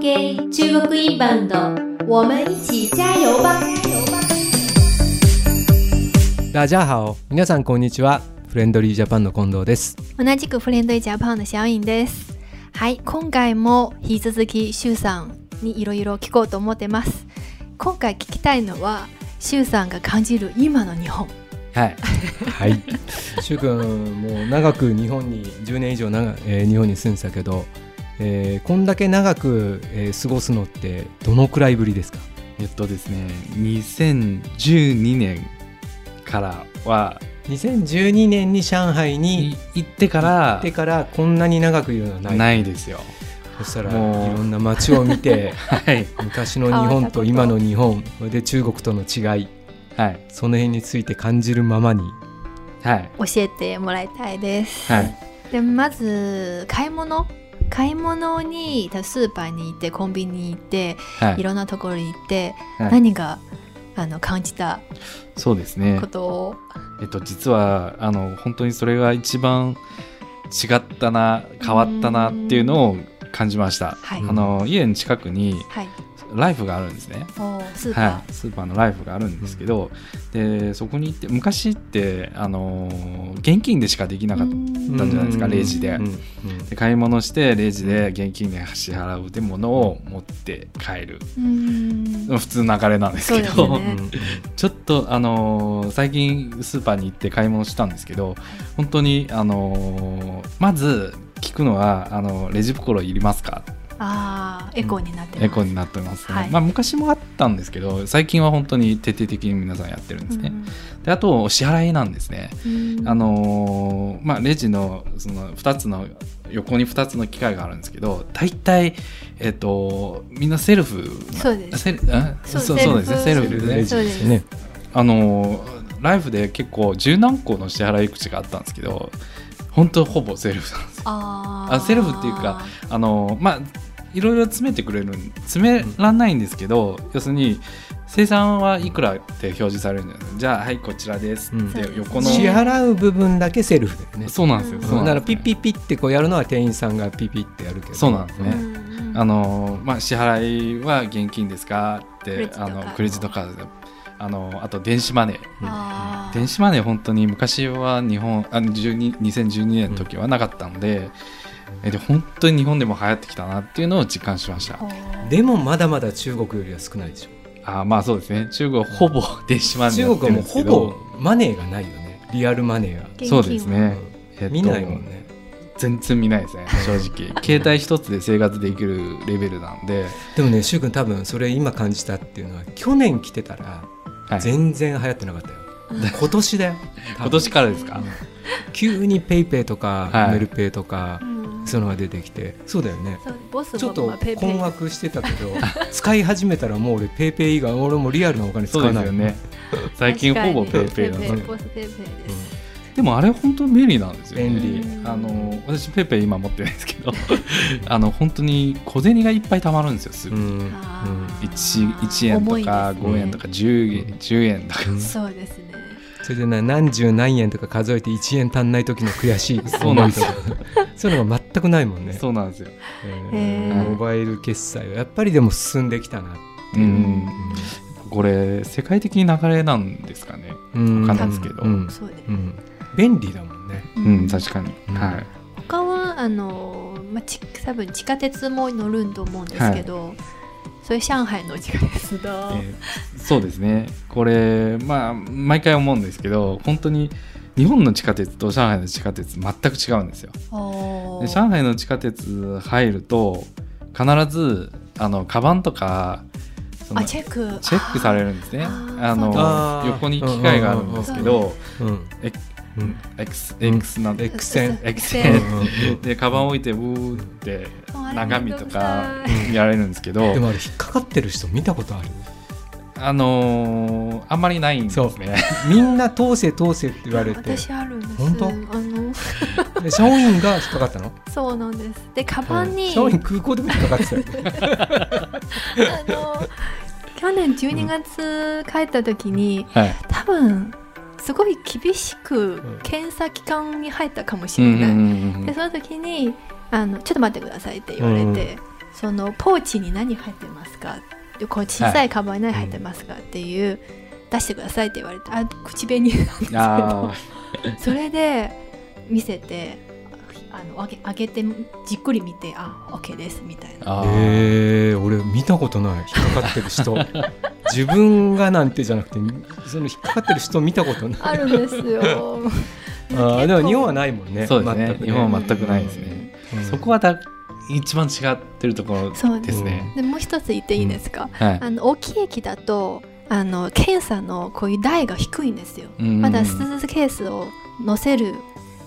K 中国インバウンド我们一起加油吧ラジャーハオ皆さんこんにちはフレンドリージャパンの近藤です同じくフレンドイジャパンのシャオインです。はい、今回も引き続きシュウさんにいろいろ聞こうと思ってます。今回聞きたいのはシュウさんが感じる今の日本。はいはいく君もう長く日本に10年以上長、えー日本に住んでたけど、えーこんだけ長く、えー過ごすのってどのくらいぶりですかえっとですね、2012年からは、 2012年に上海にい行ってか行らってからこんなに長くいるのはないないですよ。そしたらいもうろんな街を見 てはい。昔の日本と今の日本それで中国との違いはい。その辺について感じるままにはい。教えてもらいたいです。はい。でまず買い物買い物にスーパーに行ってコンビニに行ってはいい。ろんなところに行って、はい何があの感じたそうですねこ。とを、えっと、実は、あの、本当にそれが一番違ったな、変わったなっていうのを感じました。はい、あの、家の近くにはいライフがあるんですね。おースーパー、はい、スーパーのライフがあるんですけど、でそこに行って昔って、あの現金でしかできなかったたたんじゃないですかうんレジでうんうんで買い物してレジで現金で支払うで物を持って帰る普通の流れなんですけそうですど、よね ちょっとあのー最近スーパーに行って買い物したんですけど本当にあのーまず聞くのはあのレジ袋いりますかああエコーになってますエコになってますね、はいまあ昔もあったんですけど最近は本当に徹底的に皆さんやってるんですね、であとお支払いなんですねうんあのーまあ、レジのその2つの横に2つの機械があるんですけど大体、えっとみんなセルフそうですセルあそうそうセルそフうですねセルフでレねジですねあのーライフで結構十何個の支払い口があったんですけど本当ほぼセルフなんですよ あーあセルフっていうかあのーまあいろいろ詰めてくれるん詰めらんないんですけど、要するに生産はいくらって表示されるんじゃないですかじゃあはいこちらですうんって横この、支払う部分だけセルフだよねそうなんですよ、うんそだうなかんらですピッピッピッってこうやるのは店員さんがピッピッってやるけどそうなんですね、うんあのまあ、支払いは現金ですかっクレてジットカあードのクレジットカードであのあと電子マネーあー電子マネー本当に昔は日本あの12 2012年の時はなかったので,、えで本当に日本でも流行ってきたなっていうのを実感しましたおーでもまだまだ中国よりは少ないでしょあーまあそうですね中国はほぼ 電子マネーや中って国はもるんうですけほどぼマネーがないよねリアルマネーが、現金そうですね、えっと見ないもんね全然見ない ですね正直携帯一つで生活できるレベルなので、でもねく君多分それ今感じたっていうのは去年来てたらはい、全然流行ってなかったよ、今年だよ多分 今年からですか急にペイペイとか、はいメルペイとかうんそういうのが出てきてそうだよねそうボスちょっもまとあペイペイ困惑してたけど 使い始めたらもう俺ペイペイ以外俺もリアルなお金使そうわでないすよね最近ほぼペイペイなん確かですにねボスペイペイでうんすでもあれ本当に便利なんですよ、ね、便利うんあの私ペイペイ今持ってないですけど あの本当に小銭がいっぱい貯まるんですよすぐ、うんあうんー 1, 1円重といでかすね5円とか 10, 円10円とか、そうですねそれでな何十何円とか数えて1円足んない時の悔しい そうなんですよ思いとか そういうのが全くないもんね、そうなんですよ、えーへーモバイル決済はやっぱりでも進んできたな、うんうんこれ世界的に流れなんですかねうんわかんないですけどうんそうですうん便利だもんねうん、確かに、うんはい他はあのー、まあ、ち多分地下鉄も乗るんと思うんですけど、それ上海の地下鉄だ、えーそうですねこれまあ毎回思うんですけど本当に日本の地下鉄と上海の地下鉄全く違うんですよおーで上海の地下鉄入ると必ずあのカバンとかそのあチェックチェックされるんですねあーあのあー横に機械があるんですけどうんえうん、 X, うん X なんでエクセンエクセえンでカバン置いてブーってあれ中身とかめんどくやられるんですけどでもあれ引っかかってる人見たことあるあのーあんまりないんですそねみんな通せ通せって言われて私あるんです本当あので社員が引っかかったのそうなんですでカバンに、社員空港でも引っかかってたよあの去年12月帰った時に、 はい多分すごい厳しくうん検査機関に入ったかもしうれんうない、んうんうんでその時にあの「ちょっと待ってください」って言われて、そのポーチに何入ってますかでこう小さいカバンに何入ってますか、っていう出してくださいって言われてあ口紅 なんですけどあそれで見せてあのあげあげてじっくり見てあ OK ですみたいな あーえー、俺見たことない引っかかってる 人自分がなんてじゃなくてその引っかかってる人見たことないあるんです よあーでも日本はないもんねそうですね全く日本は全くないですね、うんそこはだ一番違ってるところそうですね、でもう一つ言っていいですか、はいあの大きい駅だとあの検査のこういう台が低いんですよ、うんまだスーツケースを乗せる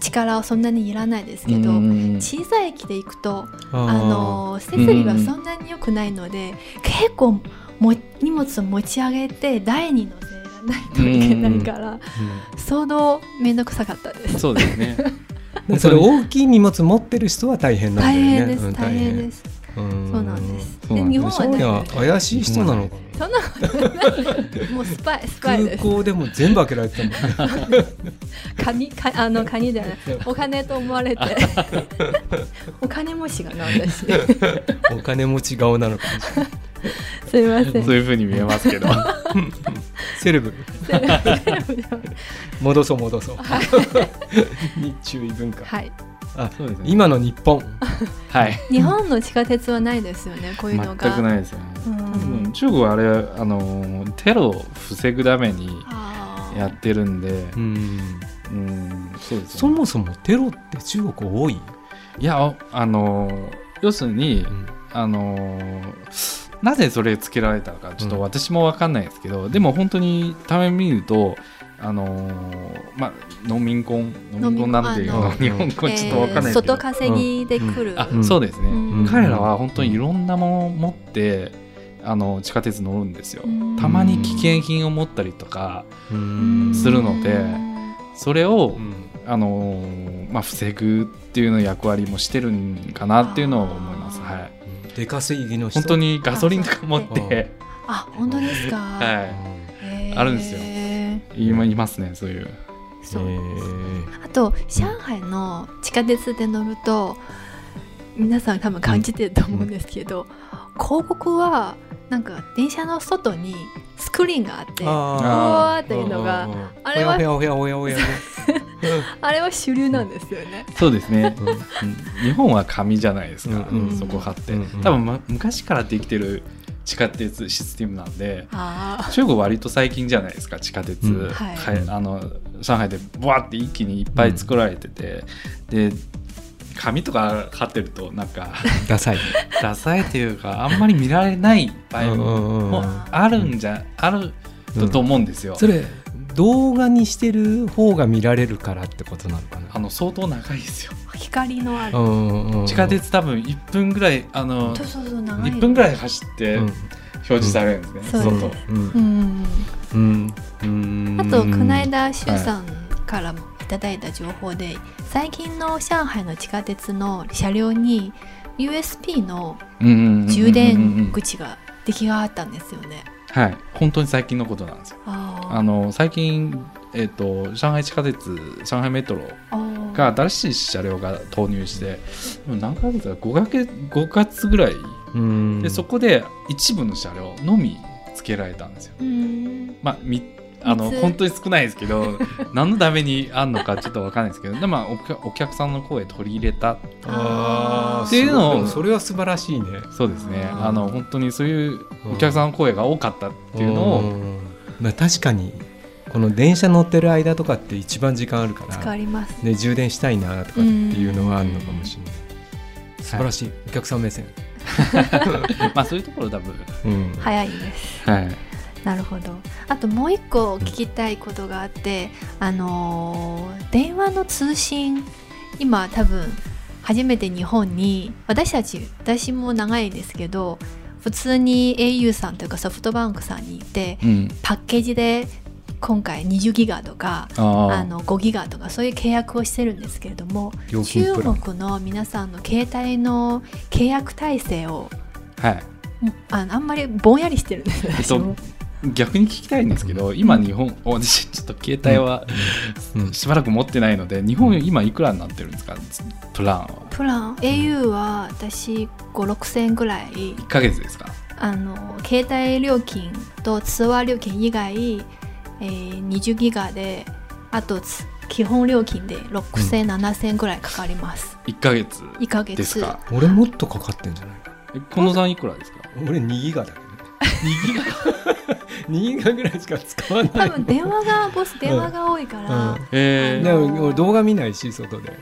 力はそんなにいらないですけど、うん小さい駅で行くとああーの設備はそんなに良くないので、結構も荷物を持ち上げて台に乗せないといけないから、相当面倒くさかったです。そうですねうんそれ大きい荷物持ってる人は大変なんだ大よね変です、うん大変です、うんそうなんです。そうでなんです日本はそういやね、怪しい人なのかなそんなことない。もうスパイ、スパイで空す。港でも全部開けられてたもんねカニカあ のカニじゃないお金と思われて お金持ちがなんですお金持ち顔なのかもしれない すいません そういうふうに見えますけどはセレブ戻そう戻そう 日中異文化 はいあそうですね今の日本い日本の地下鉄はないですよねこういうの全がくないですよね、うんうん中国はあれあのテロを防ぐためにあーやってるんで、うんうんそうですそよねもそもテロって中国多い、いやあの要するにうんあのなぜそれつけられたのかちょっと私も分かんないですけど、でも本当にたまに見るとあのまあ農民婚農民婚なんていうの農日民婚あ本語ちょっと分かんなえーいですけど、外稼ぎで来る、あうんそうですね、うん彼らは本当にいろんなものを持ってあの地下鉄乗るんですよ、うんたまに危険品を持ったりとかうんするのでそれを、うんあのーまあ、防ぐっていうの役割もしてるんかなっていうのを思います、あはーい、出稼ぎの人本当にガソリンとか持っあて、あ本当ですか、はへーあるんですよい、今いますねそういうそうえあと上海の地下鉄で乗ると皆さん多分感じてると思うんですけど、広告はなんか電車の外にスクリーンがあってーああーっていうのがーあれはおやおやおやおやおやれは主流なんですよね。そうです ねうん日本は紙じゃないですか、うんうんそこ貼って、うんうん多分、ま、昔からできてる地下鉄システムなんであ中国割と最近じゃないですか地下鉄、うんはいはいあの上海でブワーって一気にいっぱい作られてて、で紙とか貼ってるとなんかダサいダサいっていうかあんまり見られない場合うんもうんうんもうあるんじゃ、あるうんと思うんですよ。それ動画にしてる方が見られるからってことなのかあの相当長いですよあ光のあるな、うんうんうんうん地下鉄多分1分ぐらいあのそうそうそう長い1分ぐらい走ってうん表示されるんですね、うん外そううんうんうんうんあとこの間周さんからもいただいた情報で、最近の上海の地下鉄の車両に USB のうんうんうんうんうん充電口が出来があったんですよね。はい本当に最近のことなんですよああの最近、えっと上海地下鉄上海メトロあーが新しい車両が投入してでも何ヶ月か5ヶ月5月ぐらいうんでそこで一部の車両のみ付けられたんですようんまあみあの三つ本当に少ないですけど何のためにあんのかちょっと分かんないですけどでもまあお客お客さんの声取り入れたあーっていうのをでもそれは素晴らしいねそうですねあーあの本当にそういうお客さんの声が多かったっていうのをんまあ、確かにこの電車乗ってる間とかって一番時間あるから使います。ね、充電したいなとかっていうのはあるのかもしれない、素晴らしい、お客さん目線、 まあそういうところ多分うん早いです。はいなるほど。あともう一個聞きたいことがあって、あのー電話の通信今多分初めて日本に私たち私も長いですけど普通に au さんというかソフトバンクさんに行ってうんパッケージで今回20ギガとかあーあの5ギガとかそういう契約をしてるんですけれども料金中プラン国の皆さんの携帯の契約体制をは いもうあのあんまりぼんやりしてるんですえっと私も逆に聞きたいんですけど、今日本私ちょっと携帯はうんしばらく持ってないので日本今いくらになってるんですかプランはプラン au は私56000円ぐらい1ヶ月ですかあの携帯料金と通話料金以外、えー20ギガであとつ基本料金で6000、7000円ぐらいかかります1ヶ月1ヶ月ですか俺もっとかかってんじゃないかえ近藤さんいくらですか俺2ギガだけど2ギガ2ギガぐらいしか使わな多い分電話がボス電話が多いから、うんえでー、も俺動画見ないし外で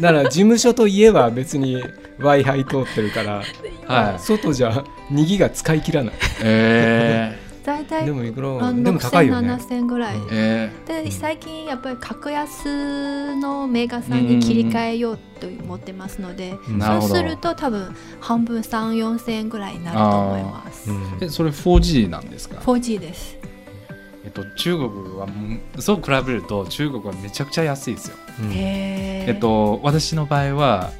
なら事務所と家は別に w i f i 通ってるからはい外じゃ2ギガ使い切らないえ大体でもいくらあのでも高いよね6000、7000ぐらい、 ー、えで最近やっぱり格安のメーカーさんに切り替えようと思ってますので、ー、なるほそうどすると多分半分34000円ぐらいになると思います、うんえそれ 4G なんですか 4G ですえっと、中国はもうそう比べると中国はめちゃくちゃ安いですよ。うんへーえっと、私の場合は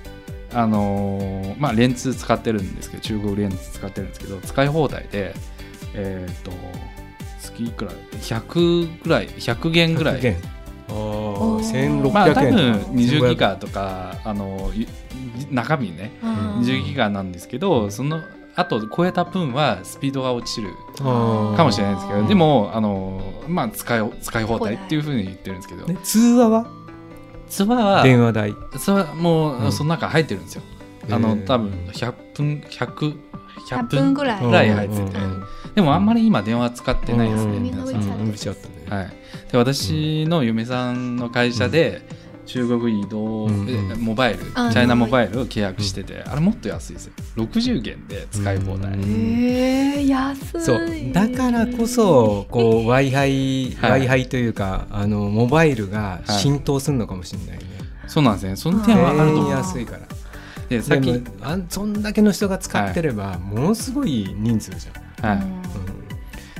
あのーまあ、レンツ使ってるんですけど中国レンツ使ってるんですけど使い放題で、えっと月いくら100ぐらい100元ぐら100い。元あーーまあ多1600円とか、分20ギ1500ガとかあのい中身ねうん20ギガなんですけどそのあと超えた分はスピードが落ちるあーかもしれないですけうどんでもあの、まあ、使い使い放題っていうふうに言ってるんですけど、ね通話はツバは電話代ツバもう、うんその中入ってるんですよ。あへのー多分100分100 100 100分ぐいらいぐらい入ってて、うんうんでもあんまり今電話使ってないですね、うん皆さん伸びちゃった伸びちゃったね、はい、で私の嫁さんの会社で中国移動、うんえモバイルチあャイナモバイルを契約してて、あれもっと安いですよ60元で使い放題、うんへえ安いそうだからこそこう w i f i はい w i f i というかあのモバイルが浸透するのかもしれないね、そうなんですねその点はあると全思員う安いからでさでっき、もあんそんだけの人が使ってれば、ものすごい人数じうはい、んゃん、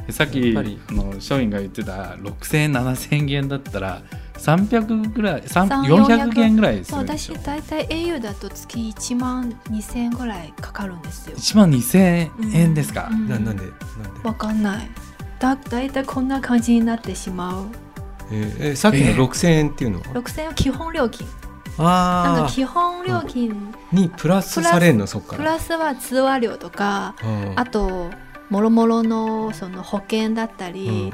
でさっきやっぱりあの社員が言ってた6000円7000円だったら300ぐらい3 400円ぐらいですそうよ私大体 au だと月1万2000円ぐらいかかるんですよ1万2000円ですか、うんななんでなんで、わかんないだ大体こんな感じになってしまうえーえーさっきのえー6000円っていうのは、 6000円は基本料金なんあかー基本料金にプラスされるのそっかプらラスは通話料とかうんあともろもろのその保険だったり、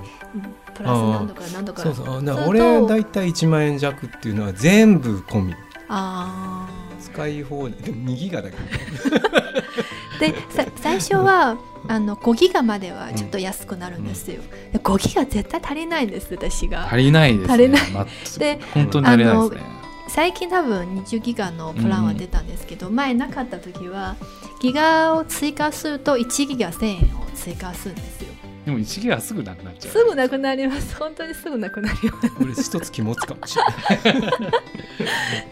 プラス何度か何度かそうそうあなそれと俺だいたい1万円弱っていうのは全部込みあ使い放題でも2ギガだけどーでさ最初はあの5ギガまではちょっと安くなるんですよ、で5ギガ絶対足りないんです私が足りないですね足りないでで本当に足りないですね最近多分20ギガのプランは出たんですけど、前なかった時はギガを追加すると1ギガ1000円を追加するんですよでも1ギガすぐなくなっちゃうすぐなくなります本当にすぐなくなります俺一つ気持つかもしれ ない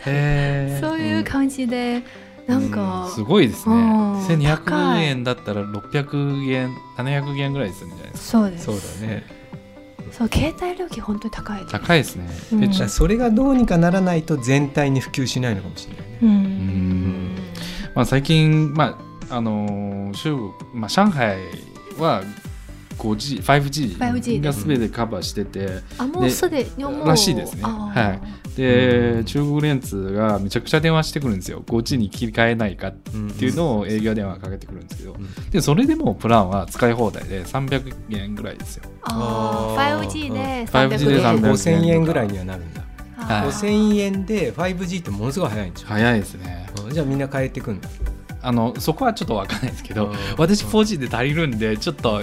へーそういう感じで、なんか、すごいですねうん1200高い円だったら600円700円ぐらいするんじゃないですそうですそうだねそう携帯料金本当に高いですか高いですね、うんえじちゃょあそれがどうにかならないと全体に普及しないのかもしれないね。うんんまあ、最近、まああのー中国、まあ、上海は 5G、 5G 5G がすべてカバーしてて、あもうすでにもうらしいですねあーで中国レンツがめちゃくちゃ電話してくるんですよ、5G に切り替えないかっっていうのを営業電話かけてくるんですけどん、でそれでもプランは使い放題で300円ぐらいですよ。ああーー 5G で 5G で300 300 5000円ぐらいにはなるんだ。はい5000円で 5G ってものすごい早いんじゃん。早いですねうんじゃあみんな変えてくんだ。あのそこはちょっとわかんないですけうどん私 4G で足りるんでちょっと、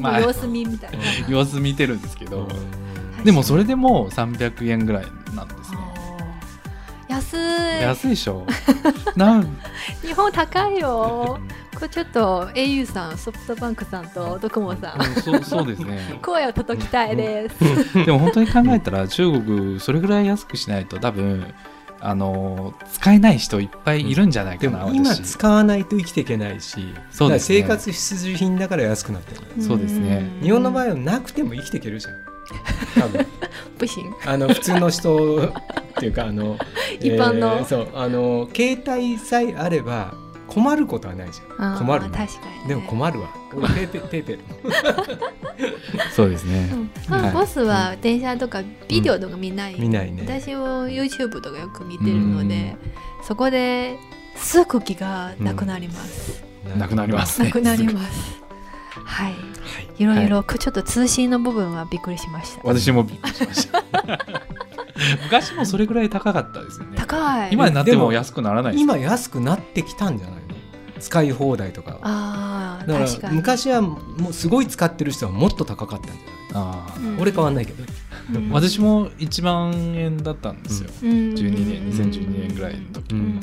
まあ、様子見みたいな様子見てるんですけど、うんでもそれでも300円ぐらいなんですね。あー安安いでしょなんい日本高いよこれちょっと au さんソフトバンクさんとドコモさんそうそうですね声を叩きたいです でも本当に考えたら中国それぐらい安くしないと多分あの使えない人いっぱいいるんじゃないでかな、も今私使わないと生きていけないし、そうですねだから生活必需品だから安くなってる。そうですねうん日本の場合はなくても生きていけるじゃん。多 分不行あの普通の人っていうかあの 一般のえーそうあの携帯さえあれば困ることはないじゃんあー困る確ねかに、ね、でも困るわ俺ペイペイペイペイそうですねうんまあはいボスは電車とかビデオとか見ない、見ないね私も YouTube とかよく見てるので、そこですぐ気がなくなります、なくなりますねなくなりますはいはいいろいろ、ちょっと通信の部分はびっくりしました私もびっくりしました 昔もそれぐらい高かったですよね高い今になっても安くならないです今安くなってきたんじゃないの使い放題とかはああだ確かからに昔はもうすごい使ってる人はもっと高かったんじゃないあー俺変わんないけどうん私も1万円だったんですよ、 12 12年2012年ぐらいのう時ん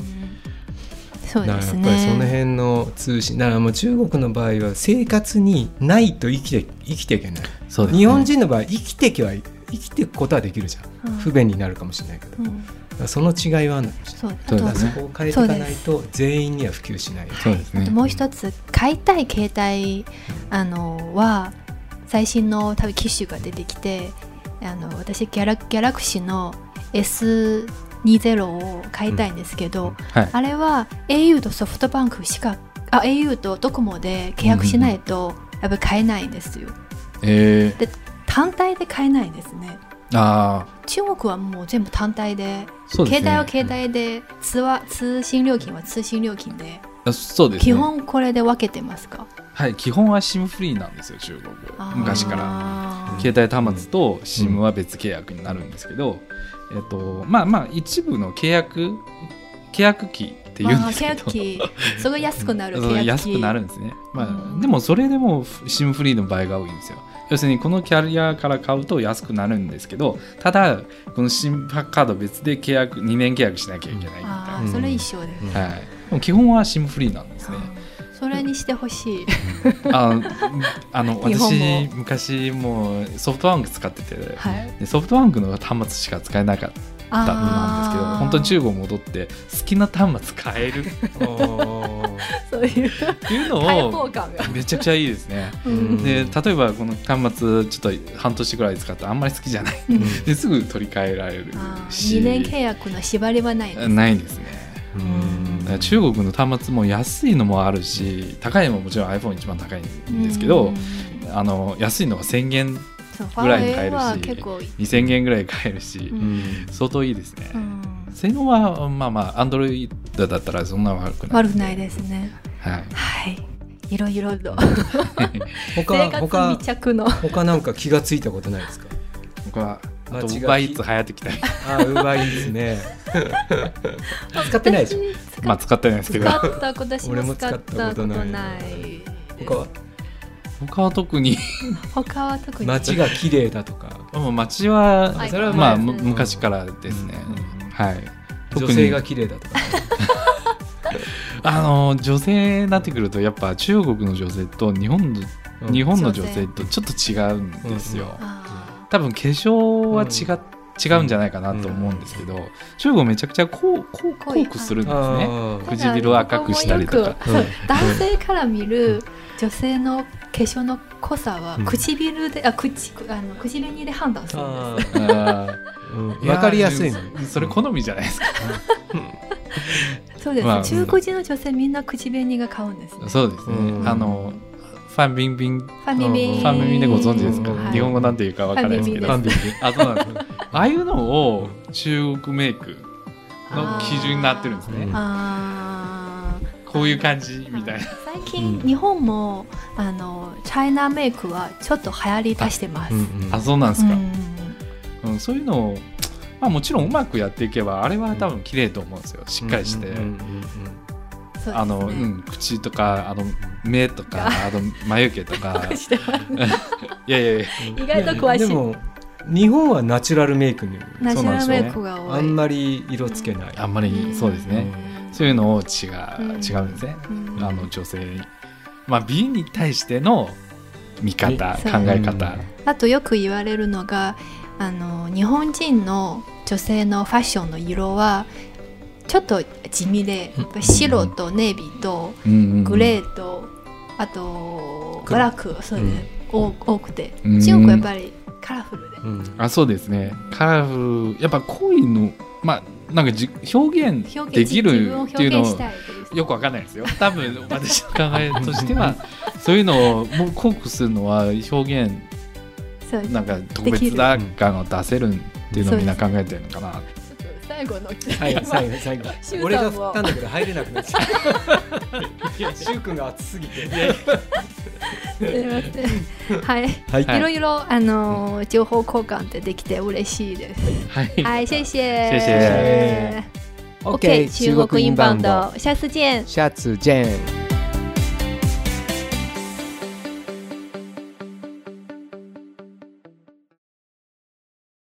そうだかでらやすっねぱりその辺の通信だからもう中国の場合は生活にないと生きて生きていけない、そう日本人の場合生きていけば生きていくことはできるじゃん、うん不便になるかもしれないけど、うんだからその違いはあるのかもしれないそうあそうとだかだねらそこを変えていかないと全員には普及しないよねそうですあねともう一つ買いたい携帯あのは最新の多分機種が出てきてあの私ギャラギャラクシーの S20 を買いたいんですけど、はいあれは au とソフトバンクしかあ au とドコモで契約しないとやっぱり買えないんですよえ単体で買えないんですねー、ああ中国はもう全部単体でそうですね携帯は携帯で通話通信料金は通信料金であそうですね基本これで分けてますかはい基本は SIM フリーなんですよ中国あー昔からあー携帯端末と SIM は別契約になるんですけど、えっとまあまあ一部の契約契約機っていうんです契けど約機すごい安くなるそ契う約機安くなるんですね、まうあ、んでもそれでも SIM フリーの場合が多いんですよ要するにこのキャリアから買うと安くなるんですけどただこの SIM カード別で契約2年契約しなきゃいけないみたいあな、ーそれ一緒です、うんはい、でも基本は SIM フリーなんですねあーそれにしてほしいあ あの日本私も昔もうソフトバンク使ってて、はいでソフトバンクの端末しか使えなかったんですけどー本当に中国戻って好きな端末買えるっおーそういうていう開の放を感が、めちゃくちゃいいですね。嗯うんで例えばこの端末ちょっと半年ぐらい使ってあんまり好きじ ゃないうんですぐ取り替えられるあし2年契約の縛りはないですないんですねうんだから中国の端末も安いのもあるし高いのももちろん iPhone 一番高いんですけど、うんあの安いのは1000元そうファぐらいにーウェイ買えるしは結構2000円ぐらい買えるし、うん相当いいですね、うん性能はまあまあアンドロイドだったらそんな悪くない悪くないですねはいはいいろいろと生他活他密着の他なんか気がついたことないですか僕はあ間違といバイツ流行ってきたりあうまいです ね使ってないでしょ私まあ使ってないですけど使った私俺もも使使っったたここととないない他は他は特に他は特に街が綺麗だとかもう街ははいそれはまあ前むですね昔からですね、うんはい特に女性が綺麗だとかあの女性になってくるとやっぱ中国の女性と日本のうん日本の女性とちょっと違うんですよ、あ多分化粧は違,、違うんじゃないかなと思うんですけど、中国めちゃくちゃこうこう濃濃いくするんですねあーー唇を赤くしたりとたかだここもよくう男性から見る女性の化粧の濃さはうん唇であ口あの唇にで判断するんですああーうーんわかりやすいのやーそれ好みじゃないですか、そうです、まあ中国人の女性みんな口紅が買うんです、ね、そうですね、うんあのファンビンビンフファミうリんーファンビンビンでご存知ですか、はい日本語なんていうかわからないですけどファンビンあそうなんですよ ああいうのを中国メイクの基準になってるんですねああーこういう感じみたいな最近日本もあのチャイナメイクはちょっと流行り出してます、うんうんあそうなんですうか、んうんそういうのを、まあ、もちろんうまくやっていけばあれは多分綺麗と思うんですよしっかりして、うんうんうんそうですねあの、 うん、口とかあの目とかあの眉毛と かしてますいやいやいやうん意外と詳しいでも日本はナチュラルメイクにナチュラルメイそクが多いあんまり色つけないあんまりそうですね、そういうのを違う違うんですね、うんあの女性にまあ美に対しての見方そう考え方、あとよく言われるのがあの日本人の女性のファッションの色はちょっと地味でやっぱり白とネイビーとうんグレーと、あとブ黒ラックそうですね、多多くてうん中国はやっぱりカラフルで、うんあそうですねカラフルやっぱ濃いのまあなんかじ表現表現でき自る分をっ表ていうの現しをたいっていうよくわかんない ですよ多分私の考えとしてはそういうのをもうコンするのは表現そうですなんか特別だ感を出せるっていうのをみんな考えてるのかなちょっと最後のはい、最後、最後シュウさん。も俺が振ったんだけど、入れなくなっちゃった。いや、しゅうくんが熱すぎて。 ははいいはいいろいろあのー情報交換ってできて嬉しいです。はいはい、谢谢，谢谢谢 OK，哦中国インバウンド，下次见。下次见。